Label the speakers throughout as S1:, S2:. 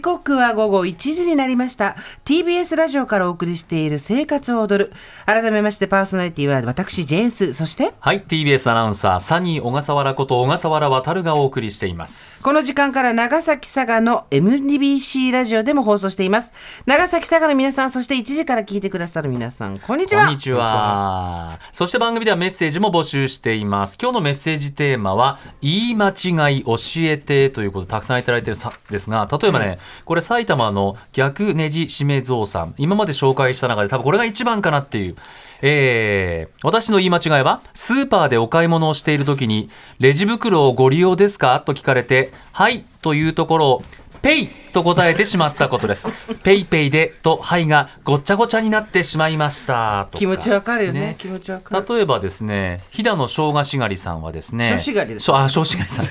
S1: 刻は午後1時になりました TBS ラジオからお送りしている「生活を踊る」改めましてパーソナリティは私ジェーンスそして
S2: はい、TBS アナウンサー、サニー小笠原こと小笠原渉がお送りしています。
S1: この時間から長崎佐賀の MBC ラジオでも放送しています長崎佐賀の皆さんそして1時から聞いてくださる皆さんこんにちは
S2: こんにちは。そして番組ではメッセージも募集しています。今日のメッセージテーマは、言い間違い教えてということでたくさんいただいてるさですが、例えばね、これ埼玉の逆ネジしめぞうさん、今まで紹介した中で多分これが一番かなっていう。えー私の言い間違いは、スーパーでお買い物をしている時に、レジ袋をご利用ですかと聞かれて、はいというところを、ペイと答えてしまったことです。ペイペイでと、はいがごっちゃごちゃになってしまいました。とか
S1: 気持ちわかるよね気持ちわかる
S2: 例えばですね、飛騨の生姜しがりさんはですね、
S1: 生姜しがりです
S2: しょあ、生姜しがりさん。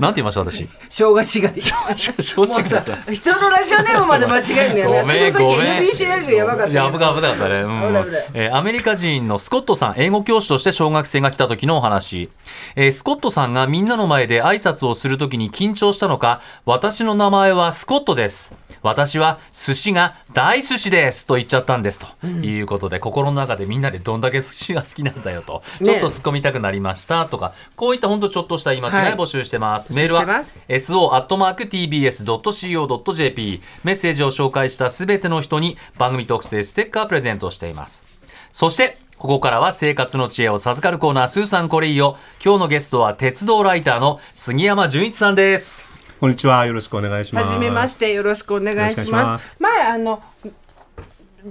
S2: なんて言いました私。
S1: 生姜しがり
S2: 生姜しがりさん。
S1: もう人のラジオネームまで間違えるのよね
S2: ごめんごめん。
S1: 私もさっき NBC ラジオやばかった
S2: いや危な危なかったね。うん
S1: 危ない危ない
S2: えーアメリカ人のスコットさん、英語教師として小学生が来た時のお話。えースコットさんがみんなの前で挨拶をする時に緊張したのか、私の名前はスコットです。私は寿司が大寿司ですと言っちゃったんですということで、心の中でみんなでどんだけ寿司が好きなんだよと、
S1: ね
S2: ちょっと突っ込みたくなりましたとかこういった本当ちょっとした言い間違い募集してます、メールは
S1: 募集し
S2: so.tbs.co.jp メッセージを紹介したすべての人に番組特製ステッカープレゼントしていますそしてここからは生活の知恵を授かるコーナースーさんこれいいよ今日のゲストは鉄道ライターの杉山純一さんです
S3: こんにちは。よろしくお願いし
S1: は
S3: ます。
S1: じめましてよろしくお願いします
S3: よろしくお願いします
S1: 前あの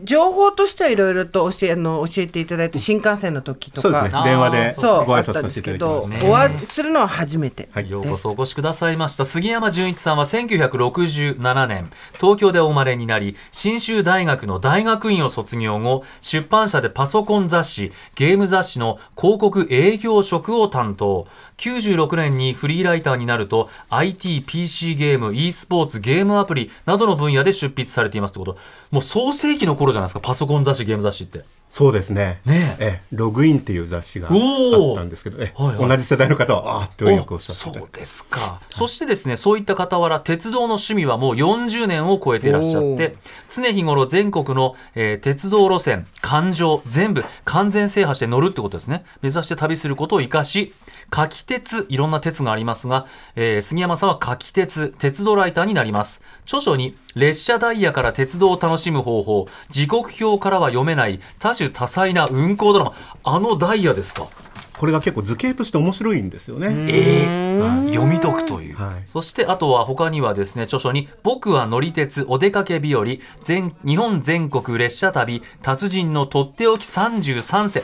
S1: 情報としてはいろいろと教えあの教えていただいて新幹線の時とか
S3: そうですね。
S2: あー
S3: 電話で
S1: そう
S3: ご
S1: あ
S3: 挨
S1: った
S3: 拶
S1: ん
S3: さ
S1: で
S3: せ
S1: す
S3: て
S1: け
S3: いただ
S1: ど
S3: きます。
S1: お会いするのは初めて、
S3: はい
S2: ようこそお越しくださいました杉山純一さんは1967年東京でお生まれになり信州大学の大学院を卒業後出版社でパソコン雑誌ゲーム雑誌の広告営業職を担当96年にフリーライターになると ITPC ゲーム e スポーツゲームアプリなどの分野で出筆されていますってこともう創世紀の頃じゃないですかパソコン雑誌ゲーム雑誌って
S3: そうですね。
S2: ね
S3: ええ、ログインっていう雑誌があ
S2: おー
S3: ったんですけど、ええ
S2: はいはい
S3: 同じ世代の方はあーってよくおっしゃって
S2: そ
S3: て
S2: うですか、そしてですねそういった傍ら鉄道の趣味はもう40年を超えていらっしゃっ
S1: おー
S2: て常日頃全国の、えー鉄道路線環状全部完全制覇して乗るってことですね目指して旅することを生かし柿鉄いろんな鉄がありますが、えー杉山さんは柿鉄鉄道ライターになります著書に列車ダイヤから鉄道を楽しむ方法時刻表からは読めない多種多彩な運行ドラマあのダイヤですか
S3: これが結構図形として面白いんですよね。
S2: えー読み解くという、
S3: はい
S2: そしてあとは他にはですね著書に「僕は乗り鉄お出かけ日和全日本全国列車旅達人のとっておき33世」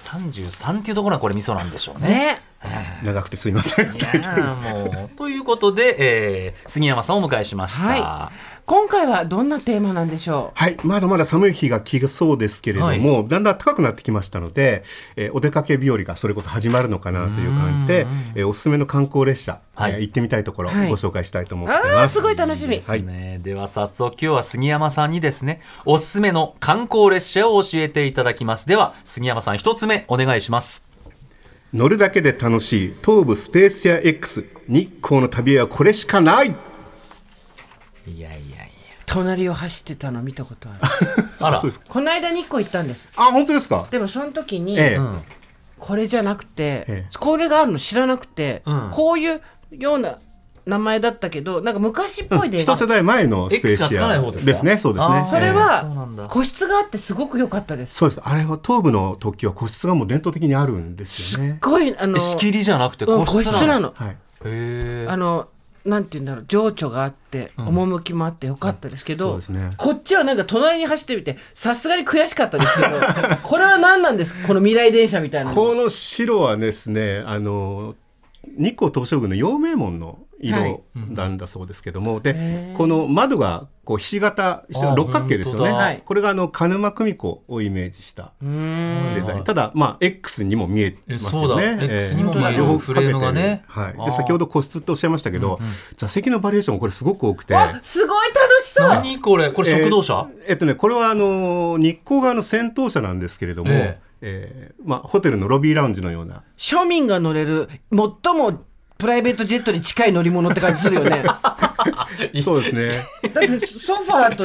S2: 33っていうところがこれミソなんでしょうね。
S1: ね
S3: 長くてすいません。
S2: いやーもうということで、えー杉山さんをお迎えしました。
S1: は今回はどんなテーマなんでしょ
S3: はい、まだまだ寒い日が来そうですけれども、
S2: は
S3: だんだん高くなってきましたので、えーお出かけ日和がそれこそ始まるのかなという感じで、えーおすすめの観光列車、
S2: はい
S3: えー行ってみたいところ、
S1: はい
S3: ご紹介したいと思
S1: う
S3: っています。
S1: ああすごい楽しみ
S2: ですね、では早速今日は杉山さんにですねおすすめの観光列車を教えていただきますでは杉山さん一つ目お願いします
S3: 乗るだけで楽しい東部スペースエア X 日光の旅はこれしかない
S2: いやいやいや
S1: 隣を走ってたの見たこと ある
S2: あら
S3: そうですか
S1: この間日光行ったんです
S3: あ本当ですか
S1: でもその時に、
S3: ええ、
S1: これじゃなくて、
S3: ええ
S1: これがあるの知らなくて、
S2: うん
S1: こういうような名前だったけどなんか昔っぽいで、
S3: 一世代前のスペー
S2: X がつ
S3: シ
S2: かない
S3: ア
S2: 方ですか
S3: ですねそうです
S2: あー
S3: ね
S1: それ
S2: ええそうなんだ
S1: は個室があってすごく良かったです
S3: そうですあれは東部の特急は個室がもう伝統的にあるんですよね
S1: すっごいあの
S2: 仕切りじゃなくて
S1: うん
S2: 個
S1: 個
S2: 室
S1: 室
S2: な
S1: な
S2: の,、
S1: の
S3: はい
S2: へ
S1: あのなんて言うんだろう情緒があって、趣もあってよかったですけど、
S3: うんそうですね
S1: こっちはなんか隣に走ってみてさすがに悔しかったですけど これは何なんですこの未来電車みたいなの
S3: この白はですねあの日光東照宮の陽明門の
S1: はい
S3: 色なんだそうですけども、でこの窓がこうひし形して
S2: あー
S3: 六角形ですよ
S2: 本当
S3: ね、
S2: だ
S1: はい
S3: これがあの鹿沼組子をイメージした
S1: うーん
S3: デザイ
S2: はい
S3: ン。ただ、まあ、X にも見えますよね。
S2: えそうだ X にも
S1: 見える
S3: 両方
S2: フレームがね
S3: かけて
S2: あ
S3: る
S2: ー
S3: はい。で、先ほど個室っておっしゃいましたけど、座席のバリエーションこれすごく多くて。
S1: わすごい楽しそう
S2: 何これこれ
S3: えー
S2: 食堂車、
S3: えっとね、これはあのー、日光側の先頭車なんですけれども、
S2: え
S3: えーまあ、ホテルのロビーラウンジのような。
S1: 庶民が乗れる最もプライベートジェットに近い乗り物って感じするよ ね。だ
S3: そうです ね。
S1: ってソファーと、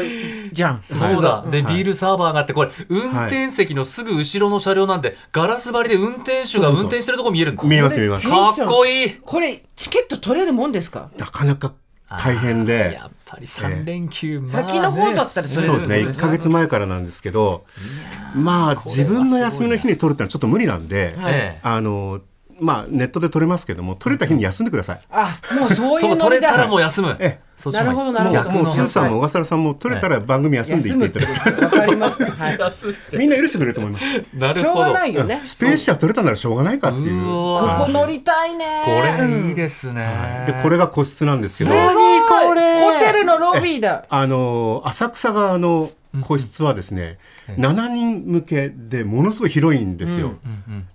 S1: じゃん。
S2: そうだ。で、
S3: はい
S2: ビールサーバーがあって、これ、運転席のすぐ後ろの車両なんで、ガラス張りで運転手が運転してるとこ見えるんだ
S3: 見えます見えます。
S2: かっこいい
S1: これ、チケット取れるもんですか
S3: なかなか大変
S2: あー
S3: で。
S2: やっぱり3連休、まあね
S1: 先の方だったら取れる
S3: そうですね。1ヶ月前からなんですけど、まあ自分の休みの日に取るってのはちょっと無理なんで、
S1: はい
S2: ええ
S3: あの、まあネットで取れますけども、取れた日に休んでください。
S1: あ、もうそうい
S2: そうう
S1: ノ
S2: 取
S1: リ
S2: れたら
S1: だ。
S2: もう休む
S3: ええ
S2: そっちの方がい
S1: なるほ
S2: い
S1: どなるほど
S2: 逆の
S3: もう
S2: 方
S3: スーさんも小笠原さんも取れたら番組休んでいっていただいて、
S1: わかりました。はい。
S3: みんな許してくれると思います。
S2: なる
S1: しょう
S2: ほ
S1: が
S2: ど
S1: ないよね。
S3: スペース車取れたならしょうがないかっていう。
S2: う
S1: こ
S2: わ
S1: こ乗りたいね。
S2: これいい
S1: す。
S2: ですね
S3: で、これが個室なんですけ
S1: す
S3: ど
S1: ご、い
S2: 何これ
S1: ホテルのロビーだ。
S3: あのー、浅草側の個室はですね、7人向けでものすごい広いんですよ。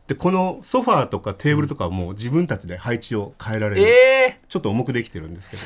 S3: で、このソファーとかテーブルとかはもう自分たちで配置を変えられる。
S2: ええ
S3: ちょっと重くできてるんですけど、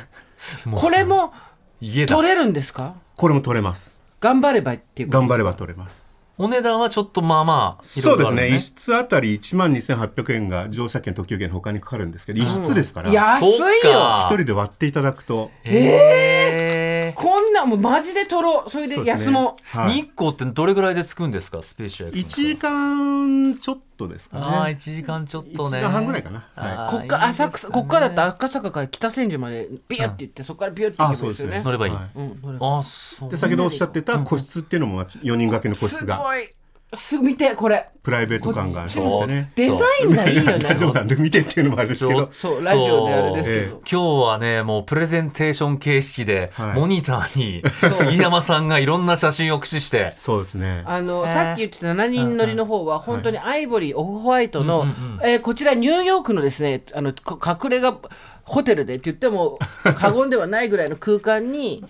S2: もう
S1: これも
S2: 家だ
S1: 取れるんですか
S3: これも取れます。
S1: 頑張ればっていうこと
S3: 頑張れば取れます。
S2: お値段はちょっとまあまあいろ
S3: そ
S2: いう
S3: で
S2: ろあ
S3: す
S2: る
S3: ね。一室あたり1万2800円が乗車券、特急券の他にかかるんですけど、一室ですから、一
S1: 安い
S2: そう
S1: よ。
S2: か
S3: 人で割っていただくと、
S2: ええ
S1: こんな、もうマジで取ろう。それ
S3: そ
S1: で
S3: うですね
S1: 休もう。
S3: はい
S2: 日光ってどれぐらいで着くんですかスペーシア
S3: 1時間ちょっとです
S2: あ
S3: か
S2: あ、
S3: ね。
S2: 一時間ちょっ
S3: 1
S2: とね。
S3: 時間半ぐらいかな。
S2: あ
S3: は
S1: こっか
S2: あいいですね
S1: 浅草、こっからだったら赤坂から北千住までビュって言って、そこからビュって
S3: い。
S1: 行
S3: あ、
S1: けば
S3: そ
S1: いういです
S3: です
S1: よ
S3: ね。
S1: ね。
S3: そればいい。
S2: は
S1: うん、それ
S2: あ、そう。
S3: で、先ほどおっしゃってた個室っていうのも4人掛けの個室
S1: す
S3: が
S1: ごい。すぐ見て、これ。
S3: プライベート感があるんです
S2: こっち
S3: よ
S2: も
S3: ね。
S1: デザインがいいよね。
S3: 大丈夫なんで見てっていうのもあれですけど。
S1: そう、ラジオであれですけ
S3: そ
S1: ど。
S2: 今日はね、もうプレゼンテーション形式で、
S3: はい
S2: モニターに杉山さんがいろんな写真を駆使して、
S3: そうですね。
S1: あの、
S2: えー
S1: さっき言ってた7人乗りの方は、本当にアイボリー、オフホワイトの、
S2: うんうんうん
S1: えーこちらニューヨークのですね、あの、こ隠れがホテルでって言っても過言ではないぐらいの空間に、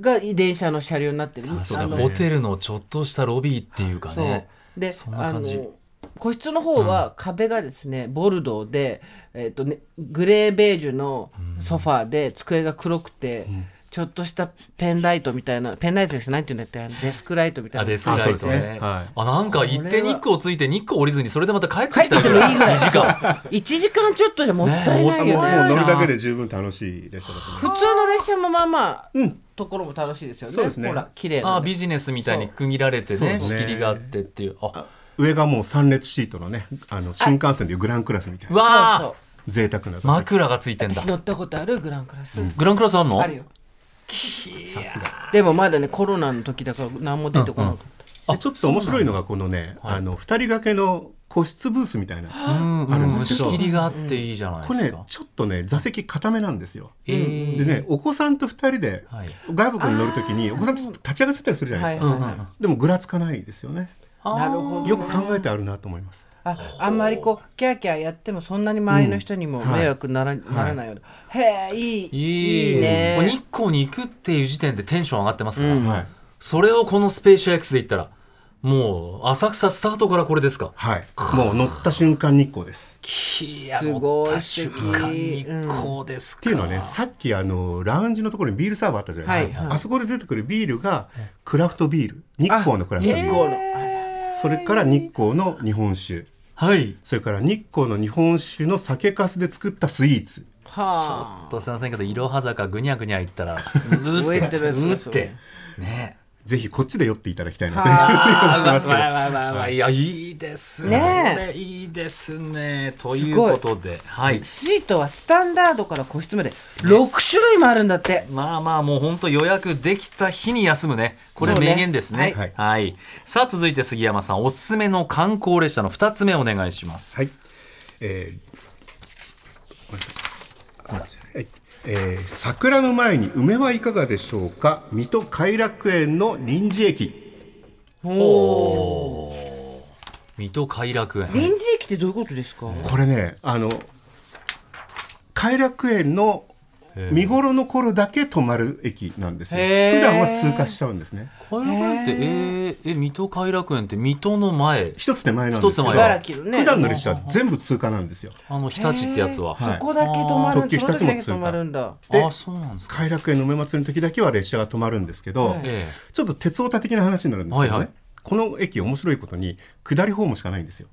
S1: が電車の車両になってる。
S2: そう
S1: あ
S2: ね
S1: の
S2: ホテルのちょっとしたロビーっていうかね。
S1: そうで
S2: そんな感じ
S1: あの個室の方は壁がですね、ボルドーで、えっとね、グレーベージュのソファーで机が黒くて、ちょっとしたペンライトみたいなペンライトですなんていうんだってデスクライトみたい
S2: あ
S1: な
S2: デスクライト
S3: あそうです
S2: ね
S3: ねはい
S2: あなんか行って日光ついて日光降りずにそれでまた帰って
S1: 帰っ
S2: きた
S1: てきてもいいぐらい
S2: 2時間
S1: 1時間ちょっとじゃもったい
S3: もう
S1: な
S3: もう
S1: いよね
S3: もう乗るだけで十分楽しい列車だと思います。
S1: 普通の列車もまあまあ、
S3: うん
S1: ところも楽しいですよね
S3: そうですね
S1: ほら綺麗
S2: あ
S1: な、
S2: ビジネスみたいに区切られて
S3: そう
S2: ね
S3: です
S2: 仕
S3: ね
S2: 切りがあってっていうあ
S3: 上がもう3列シートのねあの新幹線でいうグランクラスみたいな
S2: わ
S1: そう
S2: あ
S3: 贅沢な座席
S2: 枕がついてんだ
S1: 私乗ったことあるグランクラス、
S2: グランクラスあんの
S1: あるよ
S2: さすが
S1: でもまだねコロナの時だから何も出てこなかった、
S3: でちょっと面白いのがこのねあの2人掛けの個室ブースみたいな
S2: うん
S3: あるん
S2: う
S3: で
S2: ん
S3: す
S2: 仕
S3: けど
S2: 切りがあっていいじゃない
S3: こ
S2: で
S3: れ
S2: す
S3: ね
S2: か
S3: ちょっとね座席固めなんですよ
S2: えー
S3: でねお子さんと2人で
S2: はい
S3: 家族に乗るときにお子さんちょっと立ち上がっちゃったりするじゃないです
S1: は
S3: か
S1: いはいはい
S3: でもぐらつかないですよね
S1: なるほど
S3: よく考えてあるなと思います
S1: ああんまりこうキャーキャーやってもそんなに周りの人にも迷惑なら,、ならないような、へえいいいい
S2: もう
S1: ね
S2: 日光に行くっていう時点でテンション上がってますから、
S1: うん
S3: はい
S2: それをこのスペーシア X で言ったらもう浅草スタートからこれですか
S3: はいもう乗った瞬間日光です
S2: いや
S1: すごい
S2: 乗った瞬間日光ですか
S3: っていうのはねさっきあのラウンジのところにビールサーバーあったじゃないですか、
S1: はいは
S3: あそこで出てくるビールがクラフトビール日光のクラフト
S1: 日
S3: ビール、
S1: 光の、
S3: それから日光の日本酒
S2: はい
S3: それから日光の日本酒の酒粕で作ったスイーツ
S1: はあ
S2: とすいませんけどいろは坂ぐにゃぐにゃ言ったらうー
S1: 上
S2: っ
S1: ってて
S2: う
S1: るやつ
S2: ーってね
S3: ぜひこっちで酔っていただきたいなというふうに思い
S2: あ
S3: ま
S2: ー
S3: す
S2: う
S3: けど
S2: わわわわわいやいいですね
S1: ね
S2: これいいですねということではい
S1: シートはスタンダードから個室まで6種類もあるんだって
S2: まあまあもう本当予約できた日に休むね。これ
S1: そうね
S2: 名言ですね。
S3: は
S2: はい
S3: い、
S2: さあ続いて杉山さんおすすめの観光列車の2つ目お願いします。
S3: はいえーはいえー桜の前に梅はいかがでしょうか水戸偕楽園の臨時駅
S2: おー水戸偕楽園。
S1: 臨時駅ってどういうことですか、
S3: これねあの偕楽園の見頃の頃だけ止まる駅なんですよ
S1: へー
S3: 普段は通過しちゃうんですね
S2: 偕楽園ってえー、え水戸偕楽園って水戸の前
S3: 一つ手前なんですけど
S2: 一つ手前
S1: 茨城のね
S3: 普段の列車は全部通過なんですよ
S2: あの日立ってやつは。
S3: へーはい
S1: ここだけ止まる
S3: 特急
S1: その時だけ
S3: 二つも
S1: 止まるんだ
S2: あ
S3: で
S2: あそうなんですか。
S3: 偕楽園の梅祭りの時だけは列車が止まるんですけど、
S1: はい
S2: え
S3: ちょっと鉄オタ的な話になるんですけどね、
S2: はいはい
S3: この駅面白いことに下りホームしかないんですよ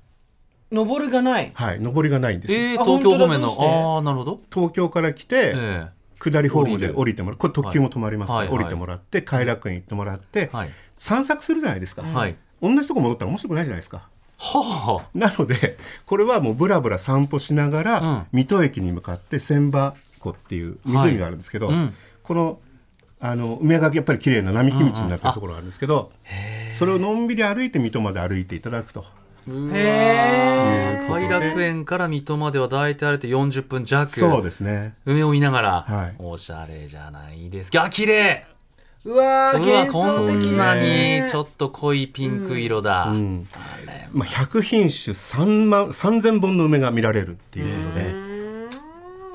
S1: 登るがない
S3: はい、上りがないんですよ、
S2: えー、
S1: あ
S2: 東京方面
S1: 本
S2: の
S1: 当だどうして
S2: ああなるほど、
S3: 東京から来て、
S2: え
S3: 下りホームで
S2: 降
S3: 降
S2: り
S3: りてもらうこれ特急も止まりますから、
S2: はいはい
S3: 降りてもらって偕楽園行ってもらって、
S2: えはい
S3: 散策するじゃないですか、
S2: はい
S3: 同じとこ戻ったら面白くないじゃないですか
S2: は
S3: なのでこれはもうブラブラ散歩しながら、
S2: うん
S3: 水戸駅に向かって千葉湖っていう湖があるんですけど、
S2: はいうん
S3: このあの梅がやっぱり綺麗な並木道になってるところがあるんですけど、それをのんびり歩いて水戸まで歩いていただく
S2: あ
S3: と。
S2: うわー
S1: へ
S3: ー
S2: 偕楽園から水戸までは大体あれて40分弱
S3: そうですね
S2: 梅を見ながら、
S3: はい
S2: おしゃれじゃないですかあ綺麗
S1: うわー
S2: うわ
S1: 幻
S2: こ
S1: 想的
S2: んなにちょ
S1: っ
S2: っと濃いピンク色だ、
S3: うんまあ、100品種3万3000本の梅が見られるっていうことで
S1: と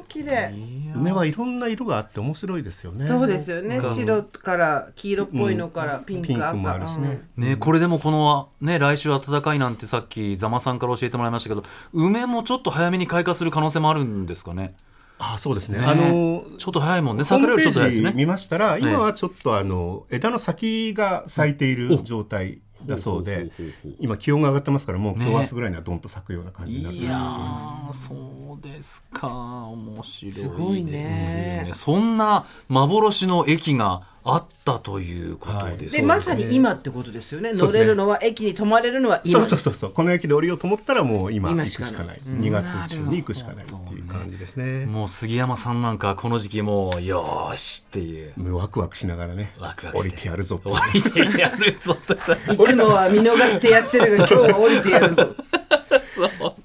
S1: 綺麗
S3: 梅はいろんな色があって面白いですよね。
S1: そうですよね白から黄色っぽいのからピンク
S3: ピン
S1: 赤
S3: クもあるしね、
S2: ね、これでもこの、ね、来週暖かいなんてさっきざまさんから教えてもらいましたけど梅もちょっと早めに開花する可能性もあるんですかね
S3: あそうですね
S2: ね
S3: あの
S2: ちょっと早いもんね
S3: ホー
S2: 桜よ
S3: ム
S2: りち
S3: ペ
S2: ょっと早いです
S3: ージ
S2: ね
S3: 見ましたら、
S2: え
S3: 今はちょっとあの枝の先が咲いている状態だそうで、今気温が上がってますから、もう今日
S2: ね
S3: 明日ぐらいにはどんと咲くような感じになって
S2: い
S3: る
S2: や
S3: と思います。
S2: ーそうですか面白いです
S1: すごいね
S2: そんな幻の駅があったということですね、
S1: でまさに今ってことですよね
S3: そう
S1: 乗
S3: ですね
S1: れるのは駅に止まれるのは
S3: そ
S1: 今
S3: うそうそうそうこの駅で降りようと思ったらもう今行
S1: 今
S3: く
S1: し
S3: し
S1: かない
S3: かない2月中に行くしかないっていう感じですね
S2: もう杉山さんなんかこの時期もうよーしっていう
S3: もうワクワクしながらね
S2: ワクワク
S3: 降
S2: して
S3: りてやるぞって
S2: 終わりでやるぞって
S1: いつもは見逃してやってるが今日は降りてやるぞ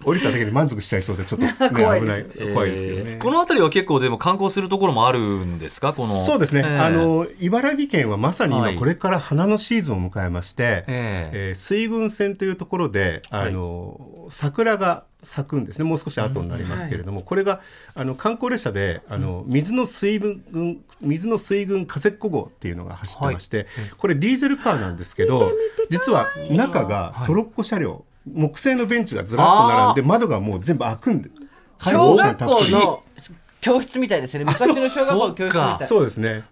S3: 降りただけで満足しちゃいそうで ちょっと、ね、
S1: 怖い
S3: 危
S1: で
S3: な
S1: す
S3: い怖いですけどね、
S2: えーこの辺りは結構でも観光するところもあるんですかこの
S3: そうですね、
S2: えー
S3: あの茨城県はまさに
S2: は
S3: 今
S2: い
S3: これから花のシーズンを迎えまして、
S2: ええ
S3: えー水軍線というところであの、桜が咲くんですねもう少し後になりますけれども、これがあの観光列車であの水の水軍水の水軍風っ子号っていうのが走ってまして、これディーゼルカーなんですけど実は中がトロッコ車両、木製のベンチがずらっと並んで窓がもう全部開くんで
S1: 小学校
S3: 開放感たっぷ
S1: の教室みたいですよね昔の小学校の教室みたい
S2: あ
S3: りそうですね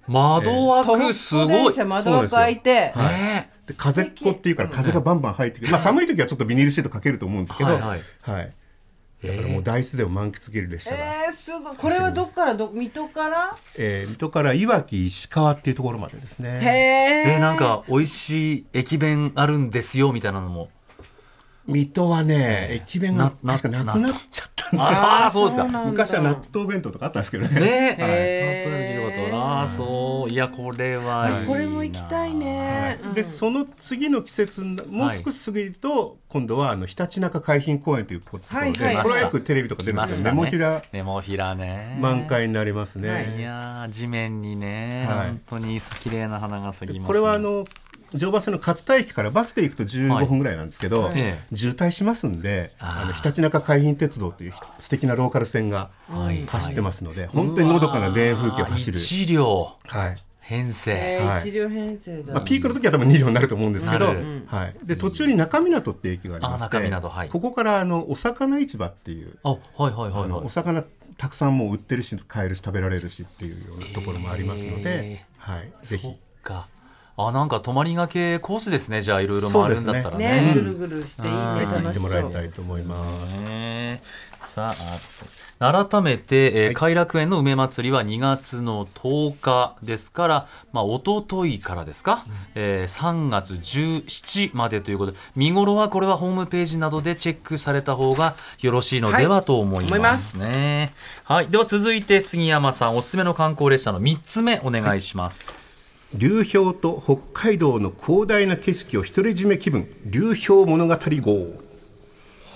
S1: 徒
S2: 窓
S1: 歩
S2: 枠す
S1: 自
S2: ご
S1: 転
S2: い、
S1: 車窓枠開いて
S3: はいで風っ子っていうから風がバンバン入ってくる、まあ、寒い時はちょっとビニールシートかけると思うんですけど、
S2: は
S3: はいい
S2: はい
S3: だからもう大自然を満喫できる列車が、え
S1: えー、すごいこれはどっからど水戸から
S3: ー水戸からいわき石川っていうところまでです
S1: へ
S3: ね
S1: え
S2: えーなんか美味しい駅弁あるんですよみたいなのも
S3: 水戸はね駅弁が
S2: なな
S3: 確かなくなっちゃったんじゃない
S2: ああそうですかね
S3: 昔は納豆弁当とかあったんですけどね
S2: え、
S1: へー
S2: 納豆焼きとかとああそういやこれはいいな
S1: これも行きたいね、
S3: でその次の季節にもう少し過ぎると、今度はあのひたちなか海浜公園というところで、
S1: はいはい
S3: これはよくテレビとか出るんですけ
S2: 来
S3: ど、
S2: ましたねネ
S3: ネモフィラ
S2: モフィラね
S3: 満開になりますね、
S2: いやー地面にね、
S3: はい
S2: 本当に綺麗な花が咲きますね、
S3: これはあの常磐線の勝田駅からバスで行くと
S2: はい
S3: 15分ぐらいなんですけど、
S2: ええ
S3: 渋滞しますんで
S2: あー
S3: あのひたちなか海浜鉄道という素敵なローカル線が
S2: はい
S3: 走ってますので、本当にのどかな田園風景を走る、
S2: 1両
S3: はい
S2: 編成
S1: えー
S3: はい
S1: 一両編成だ、
S3: まあ、ピークの時は多分2両になると思うんですけ
S2: な
S3: ど
S2: る、
S3: はい、で途中に中港っていう駅がありまし
S2: あ中
S3: て、
S2: 港はい
S3: ここからあのお魚市場っていう、
S2: あはいはいはい
S3: あの
S2: は
S3: お
S2: い
S3: 魚たくさんもう売ってるし買えるし食べられるしっていうようなところもありますので、
S2: え
S3: はい、ぜ
S2: そっ
S3: ひ
S2: かあなんか泊まりがけコースですねじゃあいろいろ回るんだったらね
S1: ねぐるぐるしていいね
S2: うん
S1: 楽しそう
S3: 行ってもらいたいと思います。
S2: ねさあそう改めて、えー
S3: はい
S2: 偕楽園の梅祭りは2月の10日ですから、まあ一昨日からですか、えー3月17までということで見頃はこれはホームページなどでチェックされた方がよろしいのではと思いますね。はい、では続いて杉山さんおすすめの観光列車の3つ目お願いします。
S3: 流氷と北海道の広大な景色を独り占め気分流氷物語号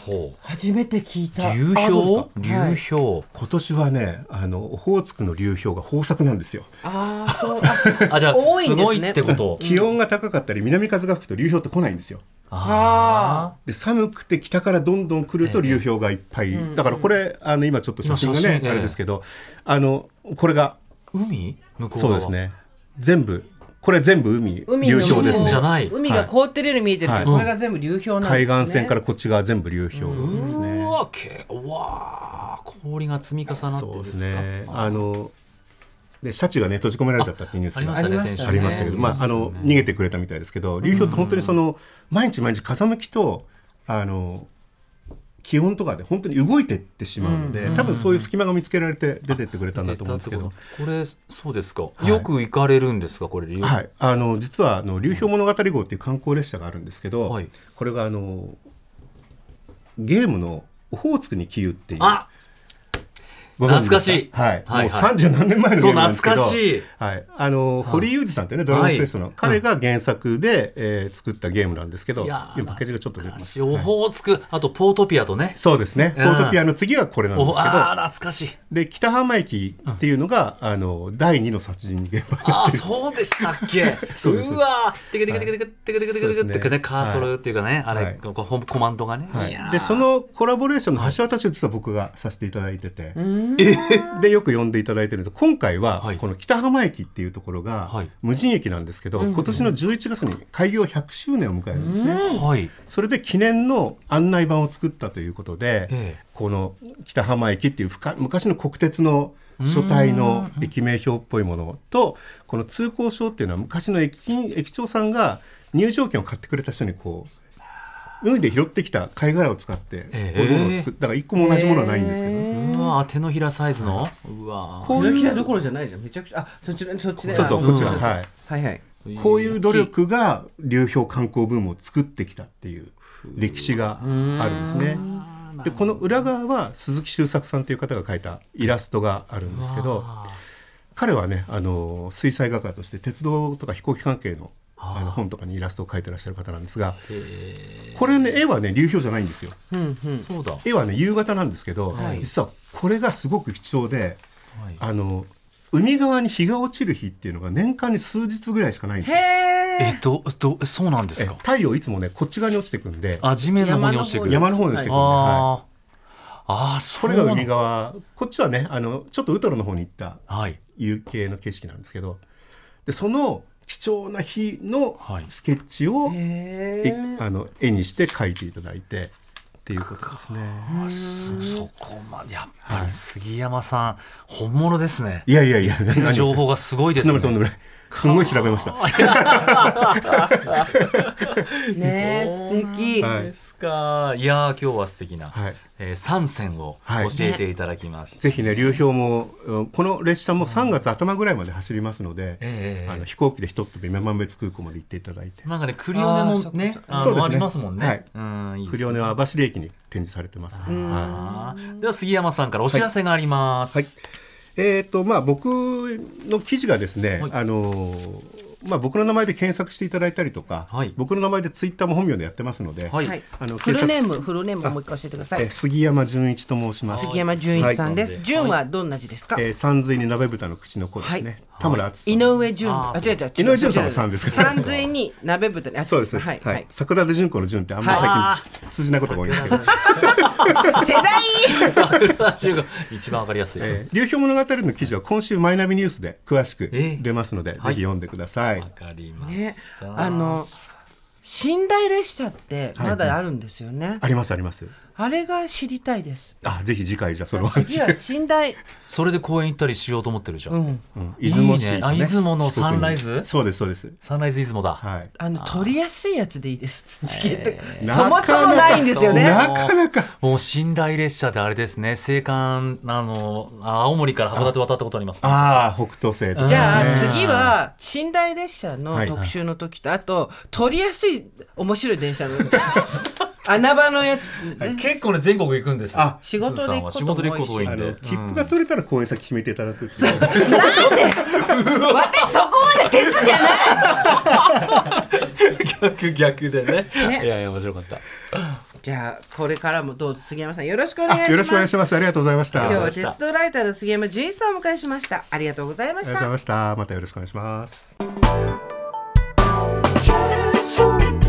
S2: ほ
S1: 初めて聞いた
S2: 流氷
S3: あそ
S2: 流
S1: かはい
S2: 氷、
S3: 今年はねあのオホーツクの流氷が豊作なんですよ
S1: ああそうあ
S2: あじゃあ
S1: 多い
S2: す
S1: んですね
S2: ごいってこと。
S3: 気温が高かったり南風が吹くと流氷って来ないんですよ
S1: あ
S3: で寒くて北からどんどん来ると
S2: ええ
S3: 流氷がいっぱい、だからこれあの今ちょっと写真が
S2: 今写
S3: ね
S2: 真ええ
S3: あれですけどあのこれが
S2: 海向こう
S3: そう
S2: 側
S3: ですね全部これ全部海
S1: 海
S3: 流
S1: の
S3: 氷です
S1: もう
S2: じゃ
S3: ね
S2: ない
S1: 海が凍ってるように見えてるけど、
S3: は
S1: これ
S3: い
S1: が全部流氷なんです、ね、
S3: 海岸線からこっち側全部流氷ですね、
S2: うわけうわー氷が積み重なって
S3: そう
S2: で
S3: ですす
S2: か
S3: ね。あのでシャチがね閉じ込められちゃったっていうニュース
S2: ありま
S3: が
S2: した
S1: あり
S2: ね
S1: ました
S2: 先週
S1: ね
S3: ありましたけど、まああの逃げてくれたみたいですけど、流氷って本当にその毎日毎日風向きとあの気温とかで本当に動いてってしまうので、多分そういう隙間が見つけられて出てってくれたんだと思うんですけど
S2: こ。れそうですか、よく行かれるんですかこれ理由
S3: はい、あの実はあの流氷物語号っていう観光列車があるんですけど、
S2: はい
S3: これがあのゲームの「オホーツクに杞憂」っていう
S2: あ
S3: ご存知
S2: 懐
S3: です
S2: かしい
S3: はい、
S2: はいはい
S3: もう三十何年前の
S2: そ
S3: ゲ
S2: う
S3: ームなん
S2: 懐
S3: ですけど
S2: かしい
S3: はい、あの堀井裕二さんってねドラゴンクエストの、彼が原作で、えー作ったゲームなんですけど
S2: いやー
S3: 今パッケージがちょっと出てま
S2: 懐かし
S3: す
S2: いオホーツク、あとポートピアとね
S3: そうですね、
S2: うん
S3: ポートピアの次がこれなんで
S2: お
S3: すけど
S2: あー懐かしい
S3: で北浜駅っていうのが、あの第二の殺人現場
S2: ああそうでしたっけ
S3: そうです
S2: うわーテクテクテクテクテクテクテクテクテク
S3: そうです
S2: ね
S3: ね
S2: カーソルっていうかね、あ
S3: は
S2: れ
S3: い
S2: こうココマンドがね、
S3: はい
S2: やー
S3: い、でそのコラボレーションの橋渡しを実は僕がさせていただいてて、 でよく呼んでいただいてるんです今回は
S2: はい
S3: この北浜駅っていうところが
S2: はい
S3: 無人駅なんですけど、今年の11月に開業100周年を迎えるんですね、
S2: はい
S3: それで記念の案内板を作ったということで、
S2: ええ
S3: この北浜駅っていう深昔の国鉄の書体の駅名表っぽいものとこの通行証っていうのは昔の駅員駅長さんが入場券を買ってくれた人にこう海で拾ってきた貝殻を使ってこう
S2: ええ
S3: いうものを作っだから一個も同じものはないんですけど、
S2: うわー手のひらサイズの、うわー
S3: こう
S1: ひら
S3: い
S1: ど
S3: う
S1: ころじゃないじゃんめちゃくちゃあそっちねそっちね
S3: そうそう
S1: あ
S3: こっちら
S1: ん
S3: はい
S1: はいはい
S3: こういう努力が流氷観光ブームを作ってきたっていう歴史があるんですね。でこの裏側は鈴木周作さんという方が描いたイラストがあるんですけど彼はねあの水彩画家として鉄道とか飛行機関係のあの本とかにイラストを描いてらっしゃる方なんですがこれね絵はね流氷じゃないんですよ。
S2: そうだ、
S3: 絵はね夕方なんですけど、
S2: はい
S3: 実はこれがすごく貴重で、
S2: はい
S3: あの海側に日が落ちる日っていうのが年間に数日ぐらいしかないんですよ。
S2: えどどそうなんです
S3: え
S2: か
S3: 太陽いつもねこっち側に落ちてくんで
S2: あ地面の方に落ちてくる
S3: 山の方に落ちてくるんで、は
S2: あー、あー
S3: い
S2: そう
S3: これ
S2: な
S3: が
S2: の
S3: 海側こっちはねあのちょっとウトロの方に行った
S2: はい
S3: 夕景の景色なんですけどでその貴重な日の
S2: はい
S3: スケッチを、
S1: へ
S3: えあの絵にして描いていただいてっていうことですね。
S2: そこまでやっぱり杉山さん、本物ですね
S3: いやいやいや
S2: 情報
S3: が
S2: がすごいで
S3: と
S2: す
S3: んでも
S2: ね
S3: ないとんでもないすごい調べました。
S1: えねえ素敵
S3: はい
S2: そうですかいやー今日は素敵な、
S3: はい
S2: えー、3選を
S3: はい
S2: 教えていただきました、
S3: ぜひね流氷もうんこの列車も3月頭ぐらいまで走りますので、
S2: ええ
S3: あの飛行機で一飛び女満別空港まで行っていただいて
S2: なんかねクリオネもねあ
S3: あーそっかそっ
S2: のあり
S3: かそうですね
S2: ますもんね、
S3: はい
S2: うんいいですね
S3: クリオネは網走駅に展示されてます、ね
S2: あ
S3: は
S2: ーでは杉山さんからお知らせがあります、
S3: いはいいえーとまあ、僕の記事がですね、
S2: はい
S3: あのーまあ、僕の名前で検索していただいたりとか、
S2: はい
S3: 僕の名前でツイッターも本名でやってますので、
S2: はい
S1: はい
S3: あの
S1: フルネー
S3: 検
S1: ムフルネームもう一回教えてくださ
S3: え
S1: い
S3: ー杉山純一と申します
S1: 杉山純一さんで
S2: は
S1: す
S2: い
S1: 純はどんな字ですか
S3: えー三髄に鍋豚の口の子ですね、田村敦さん
S1: 井上純
S2: あ
S1: あ
S2: ー
S1: 違う違う
S3: 井上純さんもさんですけど
S1: 三髄に鍋豚にあ
S3: そうですそうです、
S1: はい
S3: は
S1: はいい
S3: 桜田純子の純ってあんまり最近通じないことが多いんですけど、
S1: 世代
S2: 桜中が一番わかりやすい、
S3: えー流氷物語の記事は今週マイナビニュースで詳しく出ますので、
S2: ー
S3: ぜひ読んでください、
S2: わかりま
S1: ね
S2: した、
S1: あの寝台列車ってまだあるんですよね、
S3: ありますあります
S1: あれが知りたいです
S3: あぜひ次回じゃあそのお
S1: 次
S3: 話
S1: は寝台
S2: それで公園行ったりしようと思ってるじゃん、
S3: うん出雲市
S2: いいねあ出雲のサンライズ
S3: そうですそうです
S2: サンライズイズムだ、
S3: はい
S1: あの取りやすいやつでいいですチケット
S2: え
S1: そもそもないんですよね
S3: なかなか
S2: もう寝台列車であれですね青函あの青森から函館渡ったことあります、ね、
S3: ああ北東西とか
S1: じゃあ
S3: ね
S1: 次は寝台列車の
S3: はい
S1: 特集の時とあと取りやすい面白い電車の 穴場のやつね
S2: 結構ね全国行くんですよ
S3: あ
S1: 仕事で行くこと
S2: 鈴さんは仕事で行くこと多いん
S3: あ
S2: で、
S3: の切符が取れたら公演先決めていただくっていう
S1: なんで私そこまで鉄じゃない
S2: 逆逆でね
S1: ね
S2: いやいや面白かった
S1: じゃあこれからもどうぞ杉山さんよろしくお願いしま
S3: あ
S1: す
S3: よろしくお願いしますありがとうございましたあ
S1: 今
S3: り
S1: 日
S3: が
S1: は鉄道ライターの杉山純一さんをお迎えしましたありがとうございま
S3: とう
S1: し
S3: ござ
S1: た
S3: いましたまたよろしくお願いします
S4: Generation